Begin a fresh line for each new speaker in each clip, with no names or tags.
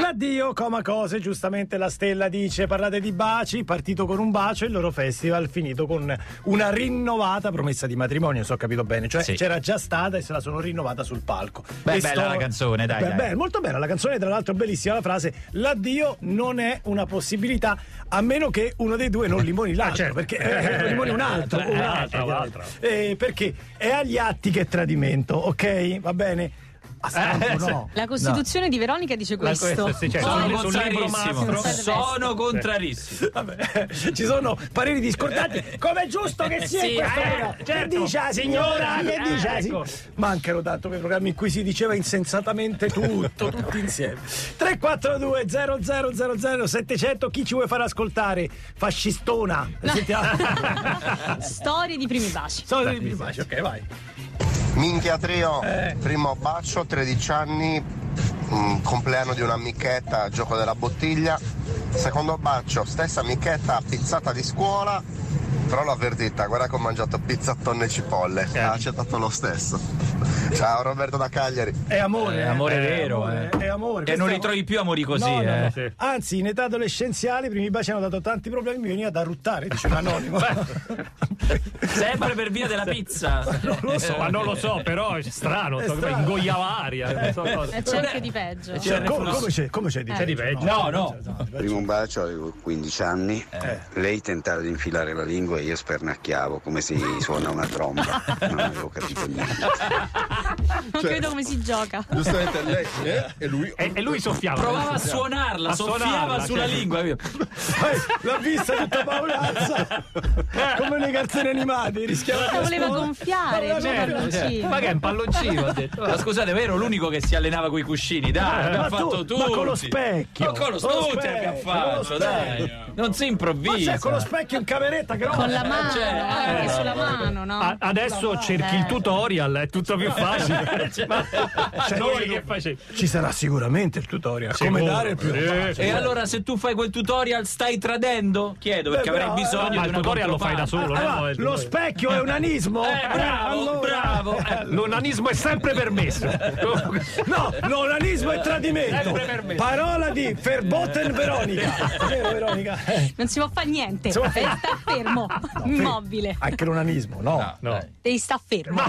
L'addio, coma cose, giustamente la stella dice, parlate di baci, partito con un bacio e il loro festival finito con una rinnovata promessa di matrimonio, se ho capito bene, cioè
Sì.
c'era già stata e se la sono rinnovata sul palco.
Beh,
E
bella la canzone, dai,
Beh,
dai.
beh, molto bella la canzone, tra l'altro bellissima la frase, l'addio non è una possibilità a meno che uno dei due non
Ah,
limoni l'altro,
certo.
perché eh, non limoni un altro,
Eh,
un
eh,
altro,
eh,
un
altro.
altro. Eh, perché è agli atti che è tradimento, ok? Va bene? A Stampo
Eh, sì.
no.
La Costituzione di Veronica dice
La-
questo.
questo,
cioè,
sì, certo.
Sono
Sono
contrarissimo.
contrarissimo.
Sono contrarissimo.
Vabbè, ci sono pareri discordanti, com'è giusto che sia in
Sì,
questo
eh,
programma.
certo.
Che dice la signora? Che
Eh,
dice la
ecco.
sig- Mancano tanto quei programmi in cui si diceva insensatamente tutto, tutti insieme. 342 0000 700 chi ci vuole far ascoltare? Fascistona. Sentiamo.
Storie di primi baci.
Sono di bacio, ok, vai.
Minchia trio,
Eh.
primo bacio, 13 anni, mm, compleanno di un'amichetta, gioco della bottiglia. Secondo bacio, stessa amichetta, pizzata di scuola, però l'ho avvertita, guarda che ho mangiato pizza, tonno e cipolle, ha accettato lo stesso. Ciao Roberto da Cagliari.
È amore,
Eh,
eh.
amore
È
vero,
amore,
eh.
È amore.
E non
Questo-
ritrovi più amori così,
No, no, no.
eh.
Anzi, in età adolescenziale i primi baci hanno dato tanti problemi, mi veniva da ruttare, dice un anonimo.
Sempre per via della pizza.
non lo so,
Ma non lo so, però è strano,
Eh, È
so come
strano. Eh,
ingoiava aria. non so cosa.
E c'è anche certo di peggio.
Cioè, come, come c'è? Come c'è di
C'è di
peggio?
Ah,
No, no.
Primo bacio avevo 15 anni, lei tentava di infilare la lingua e io spernacchiavo come si suona una tromba. Non avevo capito niente.
Non vedo come si gioca.
Giustamente lei eh, e lui.
E, e lui soffiava.
Provava a suonarla,
A
soffiava
suonarla,
sulla
certo.
lingua. capito?
Eh, L'ha vista tutta paurazza come nei cartoni animati, rischiava
La
di
voleva
esplodere.
gonfiare,
Ma
non
veramente-
parlarci.
Ma che è un palloncino? ha detto.
Ma scusate, vero l'unico che si allenava coi cuscini, dai, abbiamo
Eh, Ma tu-
Ah, fatto tutti.
ma con lo specchio.
Ma con lo
Con lo
specchio,
specchio,
abbiamo
con lo
fatto, dai.
specchio.
Non si
Ma
improvvisa.
c'è con lo specchio in cameretta che
Con la mano,
Cioè,
anche
eh,
sulla mano, no?
A- adesso cerchi il tutorial, è tutto più facile. Ma
Cioè,
noi
io-
che facevi?
Ci sarà sicuramente il tutorial. Come
Sicuro,
dare il più
eh,
bacio.
E allora se tu fai quel tutorial stai tradendo? Chiedo perché
Beh,
avrai
però,
bisogno
Ma
di
il
una
tutorial lo fai da
controparte.
solo,
Ah,
no?
ah,
Il
lo
tutorial.
specchio è un anismo?
Eh, bravo,
allora.
bravo. Eh,
L'onanismo è sempre permesso. Comunque-
No, l'onanismo è tradimento.
Eh,
Sempre per me.
Parola di Verboten Veronica. Vero Veronica? Eh,
Non si può fare niente. E
Si può
sta
fare-
fermo, immobile.
Anche l'onanismo, no.
No.
Devi sta fermo.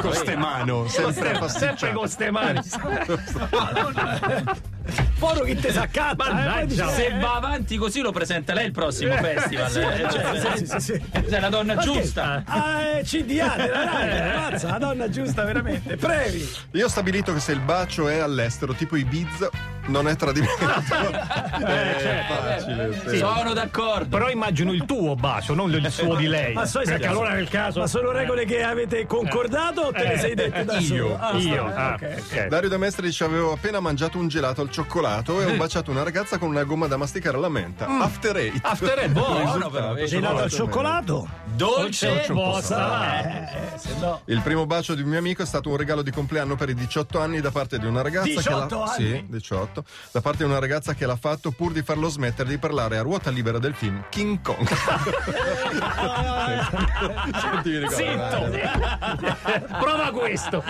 Con ste mano, sempre
Sempre, sempre con ste mani.
Foro che te eh, sa cazzo.
Mannaggia.
Se va avanti così lo presenta lei il prossimo festival. eh, cioè,
sì, sì, sì.
Sei la donna giusta.
Ah, eh, CDA della Rai, ammazza, la donna giusta veramente. Previ.
Io ho stabilito che se il bacio è all'estero, tipo Ibiza, non è tradimento.
Eh,
Eh,
è
cioè,
certo.
facile. sì.
Sono d'accordo.
Però immagino il tuo bacio, non il suo di lei.
Ma so
Eh, Perché
esatto.
allora nel caso.
Ma sono regole che avete concordato o te le
Eh,
sei dette da solo?
Io,
Ah,
io.
sta bene,
ah,
ok.
ok.
Dario da Mestre dice avevo appena mangiato un gelato al cioccolato e ho baciato una ragazza con una gomma da masticare alla menta. After eight. Esatto,
After è buono però. vedi.
Gelato al cioccolato?
Dolce
Dolce bossa.
Eh, se no.
Il primo bacio di un mio amico è stato un regalo di compleanno per i 18 anni da parte di una ragazza che
18
l'ha...
anni?
Sì, 18. Da parte di una ragazza che l'ha fatto pur di farlo smettere di parlare a ruota libera del film King Kong.
Ah.
Eh.
Sentivi ricordare.
Prova questo.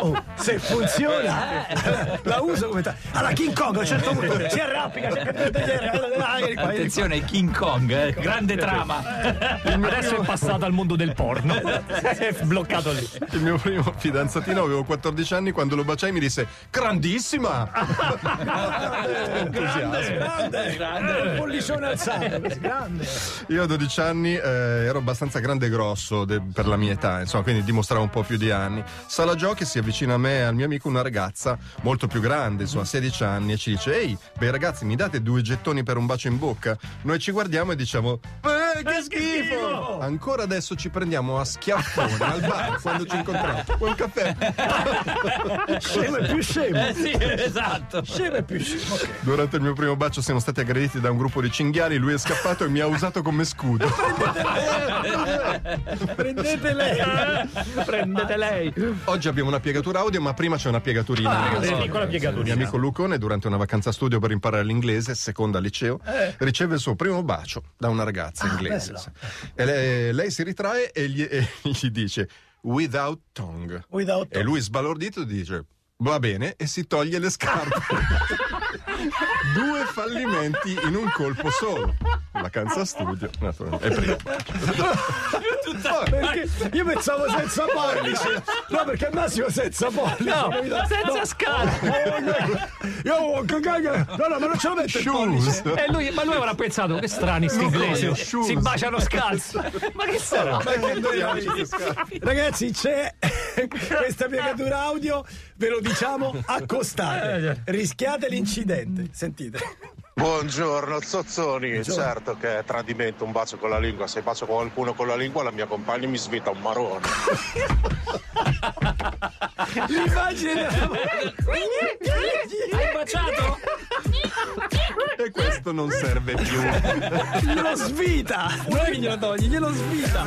Oh, se funziona,
Eh.
la uso come ta- Allora, King Kong a un certo punto si arrappica. cerca di
Eh,
togliere, ah, vieni qua, vieni qua.
Attenzione, King Kong, eh, grande trama.
Adesso è passato al mondo del porno. È bloccato lì.
Il mio primo fidanzatino avevo 14 anni, quando lo baciai mi disse grandissima! Entusiasmo.
Grande, grande. Un pollicione alzato, così, grande.
Io a 12 anni eh, ero abbastanza grande e grosso de- per la mia età, insomma, quindi dimostravo un po' più di anni. Sala giochi si avvicina a me e al mio amico una ragazza molto più grande, insomma, 16 anni, e ci dice: Ehi, bei ragazzi, mi date due gettoni per un bacio in bocca? Noi ci guardiamo e diciamo: "Eh!" eh, che schifo! Ancora adesso ci prendiamo a schiaffone al bar quando ci incontriamo. Vuoi un caffè?
Scemo e più scemo.
Eh sì, esatto.
Scemo e più scemo. ok.
Durante il mio primo bacio siamo stati aggrediti da un gruppo di cinghiali, lui è scappato e mi ha usato come scudo.
Prendete lei.
Prendete lei.
Oggi abbiamo una piegatura audio, ma prima c'è una piegaturina.
Una piccola
Il mio
piegaturina.
amico Lucone, durante una vacanza studio per imparare l'inglese, seconda liceo, riceve il suo primo bacio da una ragazza inglese. E lei, lei si ritrae e gli, e gli dice: Without tongue.
Without
E lui sbalordito dice: Va bene, e si toglie le scarpe. Due fallimenti in un colpo solo. Vacanza studio, naturalmente. È primo.
Perché io pensavo senza pollice. No, perché Massimo senza pollice.
No,
capito?
senza scarpe.
Io oh, cagà, no, no, ma non ce lo metto il pollice.
Shoes.
E Eh, lui, ma lui avrà pensato che strani sti
Lucone,
inglesi
shoes.
si baciano scalzi. Ma che sarà?
Ma che dobbiamo queste scarpe?
Ragazzi, c'è questa piegatura audio, ve lo diciamo, accostate. Rischiate l'incidente. Sentite.
Buongiorno Zozzoni, certo che è tradimento un bacio con la lingua, se bacio qualcuno con la lingua la mia compagna mi svita un marone.
L'immagine della
Hai baciato?
E questo non serve più.
glielo svita. Non è che glielo togli, glielo svita.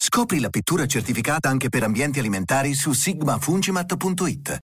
Scopri la pittura certificata anche per ambienti alimentari su sigmafungimat.it.